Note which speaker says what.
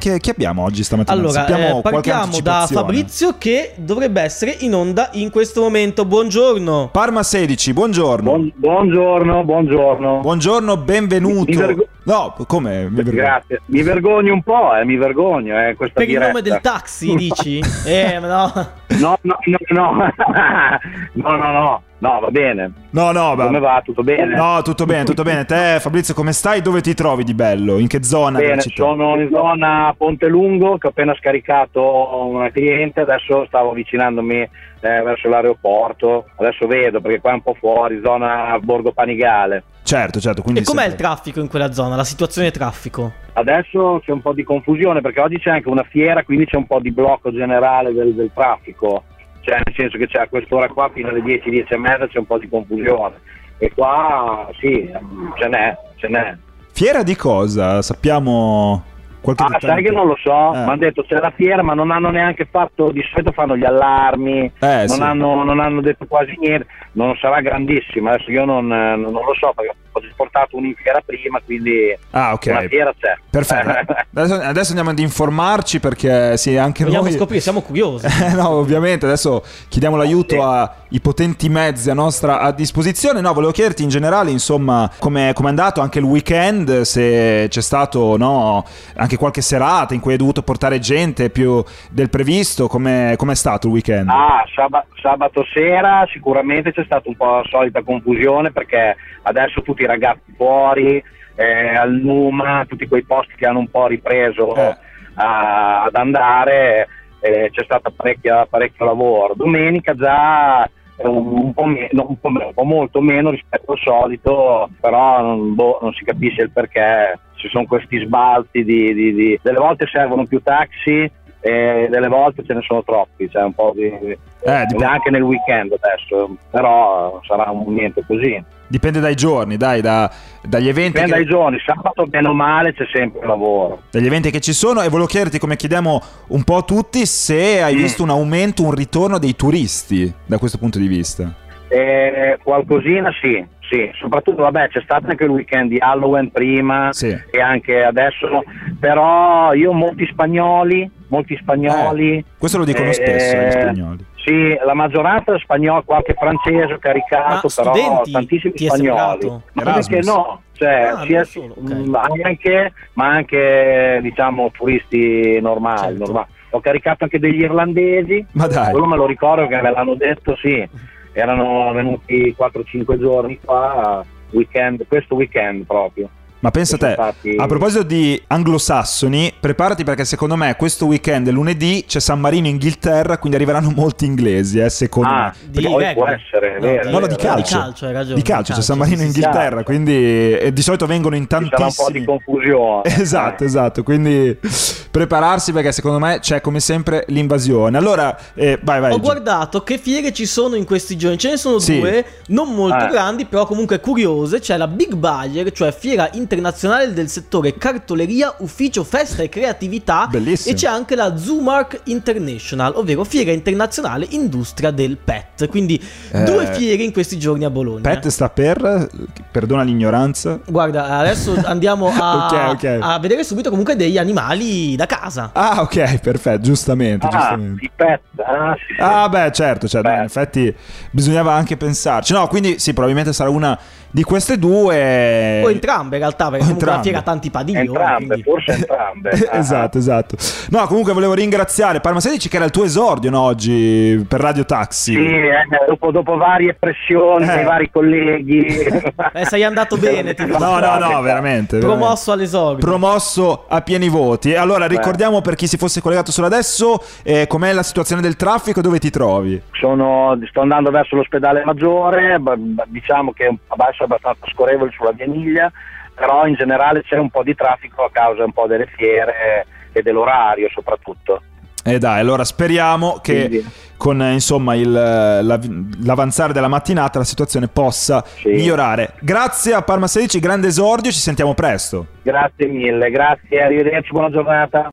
Speaker 1: Che, che abbiamo oggi stamattina?
Speaker 2: Allora,
Speaker 1: Cioè, Sappiamo
Speaker 2: eh,
Speaker 1: qualche
Speaker 2: partiamo da
Speaker 1: anticipazione?
Speaker 2: Fabrizio che dovrebbe essere in onda in questo momento. Buongiorno.
Speaker 1: Parma 16, buongiorno.
Speaker 3: Buon- buongiorno, buongiorno.
Speaker 1: buongiorno, benvenuto.
Speaker 3: Mi vergo-
Speaker 1: no, come? Mi vergogno.
Speaker 3: Grazie. Mi vergogno un po', eh, mi vergogno eh, questa
Speaker 2: Per
Speaker 3: diretta.
Speaker 2: il nome del taxi, dici? eh, ma no.
Speaker 3: No, no, no, no. no, no, no. No, va bene.
Speaker 1: No, no, ma-
Speaker 3: Come va? Tutto bene?
Speaker 1: No, tutto bene, tutto bene. Te, Fabrizio, come stai? Dove ti trovi di bello? In che zona
Speaker 3: Bene,
Speaker 1: della città?
Speaker 3: sono in zona Ponte Lungo che ho appena scaricato una cliente, adesso stavo avvicinandomi eh, verso l'aeroporto, adesso vedo perché qua è un po' fuori, zona Borgo Panigale.
Speaker 1: Certo, certo. Quindi
Speaker 2: E com'è il
Speaker 1: sempre-
Speaker 2: traffico in quella zona? La situazione traffico?
Speaker 3: Adesso c'è un po' di confusione perché oggi c'è anche una fiera, quindi c'è un po' di blocco generale del, del traffico. Cioè, nel senso che c'è a quest'ora qua fino alle 10, 10 e mezza c'è un po' di confusione. E qua sì, ce n'è, ce n'è.
Speaker 1: Fiera di cosa? Sappiamo qualche
Speaker 3: Ah,
Speaker 1: dettaglio?
Speaker 3: sai che non lo so,
Speaker 1: Eh.
Speaker 3: mi hanno detto c'è la fiera, ma non hanno neanche fatto, di solito fanno gli allarmi,
Speaker 1: Eh,
Speaker 3: non,
Speaker 1: sì.
Speaker 3: hanno, non hanno detto quasi niente, non sarà grandissima, adesso io non, eh, non lo so perché ho portato un'infiera prima, quindi
Speaker 1: Ah, ok.
Speaker 3: una fiera c'è.
Speaker 1: Perfetto. Adesso, adesso andiamo ad informarci perché sì, anche
Speaker 2: Vogliamo
Speaker 1: noi...
Speaker 2: scoprire, siamo curiosi.
Speaker 1: Eh, no, ovviamente, adesso chiediamo l'aiuto ai potenti mezzi a nostra a disposizione. No, volevo chiederti in generale, insomma, come come è andato anche il weekend, se c'è stato no, anche qualche serata in cui hai dovuto portare gente più del previsto, come com'è stato il weekend?
Speaker 3: Ah, saba- sabato sera sicuramente c'è stata un po' la solita confusione perché adesso tutti i ragazzi fuori, eh, al Numa, tutti quei posti che hanno un po' ripreso
Speaker 1: Eh.
Speaker 3: a- ad andare, eh, c'è stato parecchia- parecchio lavoro. Domenica già eh, un, un po meno, un po' meno, un po' molto meno rispetto al solito, però non, boh, non si capisce il perché. Ci sono questi sbalzi di- di- di... delle volte servono più taxi e delle volte ce ne sono troppi, cioè un po' di,
Speaker 1: Eh, dip-
Speaker 3: anche nel weekend adesso, però sarà un niente così.
Speaker 1: Dipende dai giorni, dai, da- dagli, eventi
Speaker 3: Dipende dai
Speaker 1: che,
Speaker 3: giorni, sabato bene o male c'è sempre lavoro.
Speaker 1: dagli eventi che ci sono. E volevo chiederti, come chiediamo un po' a tutti, se hai
Speaker 3: Mm.
Speaker 1: visto un aumento, un ritorno dei turisti da questo punto di vista.
Speaker 3: E Eh, qualcosina sì, sì, soprattutto vabbè c'è stato anche il weekend di Halloween prima
Speaker 1: Sì.
Speaker 3: e anche adesso, però io molti spagnoli, molti spagnoli...
Speaker 1: Questo lo dicono
Speaker 3: Eh,
Speaker 1: spesso gli
Speaker 3: eh,
Speaker 1: spagnoli.
Speaker 3: Sì, la maggioranza è spagnola, qualche francese ho
Speaker 2: Ma
Speaker 3: caricato, però
Speaker 2: studenti
Speaker 3: tantissimi
Speaker 2: ti è
Speaker 3: spagnoli.
Speaker 2: sembrato?
Speaker 3: Ma perché
Speaker 1: Erasmus?
Speaker 3: no? Cioè,
Speaker 2: Ah,
Speaker 3: sia-
Speaker 2: non solo, ok.
Speaker 3: ma, anche, ma anche, diciamo turisti normali,
Speaker 2: Certo.
Speaker 3: normali. Ho caricato anche degli irlandesi,
Speaker 1: Ma dai.
Speaker 3: quello me lo ricordo che me l'hanno detto, sì. Erano venuti 4-5 giorni qua, weekend, questo weekend proprio.
Speaker 1: Ma pensa
Speaker 3: Sono
Speaker 1: te,
Speaker 3: stati-
Speaker 1: a proposito di anglosassoni, preparati perché secondo me questo weekend, lunedì, c'è San Marino in Inghilterra, quindi arriveranno molti inglesi, eh, secondo
Speaker 3: Ah,
Speaker 1: me.
Speaker 2: Di
Speaker 3: Poi può
Speaker 2: rugby.
Speaker 3: essere, è vero,
Speaker 1: No, no, di calcio.
Speaker 2: Di calcio, hai ragione.
Speaker 1: Di calcio, c'è San
Speaker 2: calcio,
Speaker 1: Marino in
Speaker 2: sì, sì,
Speaker 1: Inghilterra,
Speaker 3: sì.
Speaker 1: quindi eh, di solito vengono in
Speaker 3: Ci sarà un po' di
Speaker 1: tantissimi.
Speaker 3: confusione. Ah,
Speaker 1: Esatto, esatto, quindi prepararsi perché secondo me c'è come sempre l'invasione. Allora, eh, vai, vai.
Speaker 2: Ho
Speaker 1: Gi-
Speaker 2: guardato che fiere ci sono in questi giorni, ce ne sono
Speaker 1: Sì.
Speaker 2: due, non molto
Speaker 3: Eh.
Speaker 2: grandi, però comunque curiose. C'è la Big Bayer, cioè fiera internazionale del settore cartoleria, ufficio festa e creatività.
Speaker 1: Bellissimo.
Speaker 2: ah, E c'è anche la Zoomark International, ovvero fiera internazionale industria del pet. Quindi
Speaker 1: Eh,
Speaker 2: due fiere in questi giorni a Bologna.
Speaker 1: Pet sta per, eh, perdona l'ignoranza.
Speaker 2: Guarda, adesso andiamo a,
Speaker 1: Ok, ok.
Speaker 2: a vedere subito comunque degli animali da casa.
Speaker 1: Ah, ok, perfetto, giustamente,
Speaker 3: Ah,
Speaker 1: giustamente.
Speaker 3: di pezza, ah, sì, sì.
Speaker 1: Ah, beh, certo, cioè,
Speaker 3: Beh.
Speaker 1: dai, in effetti bisognava anche pensarci. No, quindi sì, probabilmente sarà una di queste due.
Speaker 2: O entrambe in realtà, perché
Speaker 1: O
Speaker 2: comunque la
Speaker 1: Eh. entrambe.
Speaker 2: fiera ha tanti padiglioni.
Speaker 3: Entrambe,
Speaker 2: quindi-
Speaker 3: forse entrambe. Ah,
Speaker 1: Eh, esatto, esatto. No, comunque volevo ringraziare Parma 16 che era il tuo esordio no, oggi per Radio Taxi.
Speaker 3: Sì, eh, dopo, dopo varie pressioni
Speaker 1: Eh.
Speaker 3: dei vari colleghi.
Speaker 2: Eh, sei andato bene, ti
Speaker 1: No, no, no, veramente. veramente.
Speaker 2: Promosso all'esordio.
Speaker 1: Promosso a pieni voti. E Allora, ricordiamo per chi si fosse collegato solo adesso, eh, com'è la situazione del traffico, dove ti trovi?
Speaker 3: Sono- sto andando verso l'ospedale maggiore, b- b- diciamo che adesso è abbastanza scorrevole sulla via Miglia, però in generale c'è un po' di traffico a causa un po' delle fiere e dell'orario soprattutto.
Speaker 1: E dai, allora speriamo che
Speaker 3: Quindi,
Speaker 1: con eh, insomma il, eh, l'av- l'avanzare della mattinata la situazione possa
Speaker 3: sì.
Speaker 1: migliorare. Grazie a Parma 16, grande esordio, ci sentiamo presto.
Speaker 3: Grazie mille, grazie, arrivederci, buona giornata.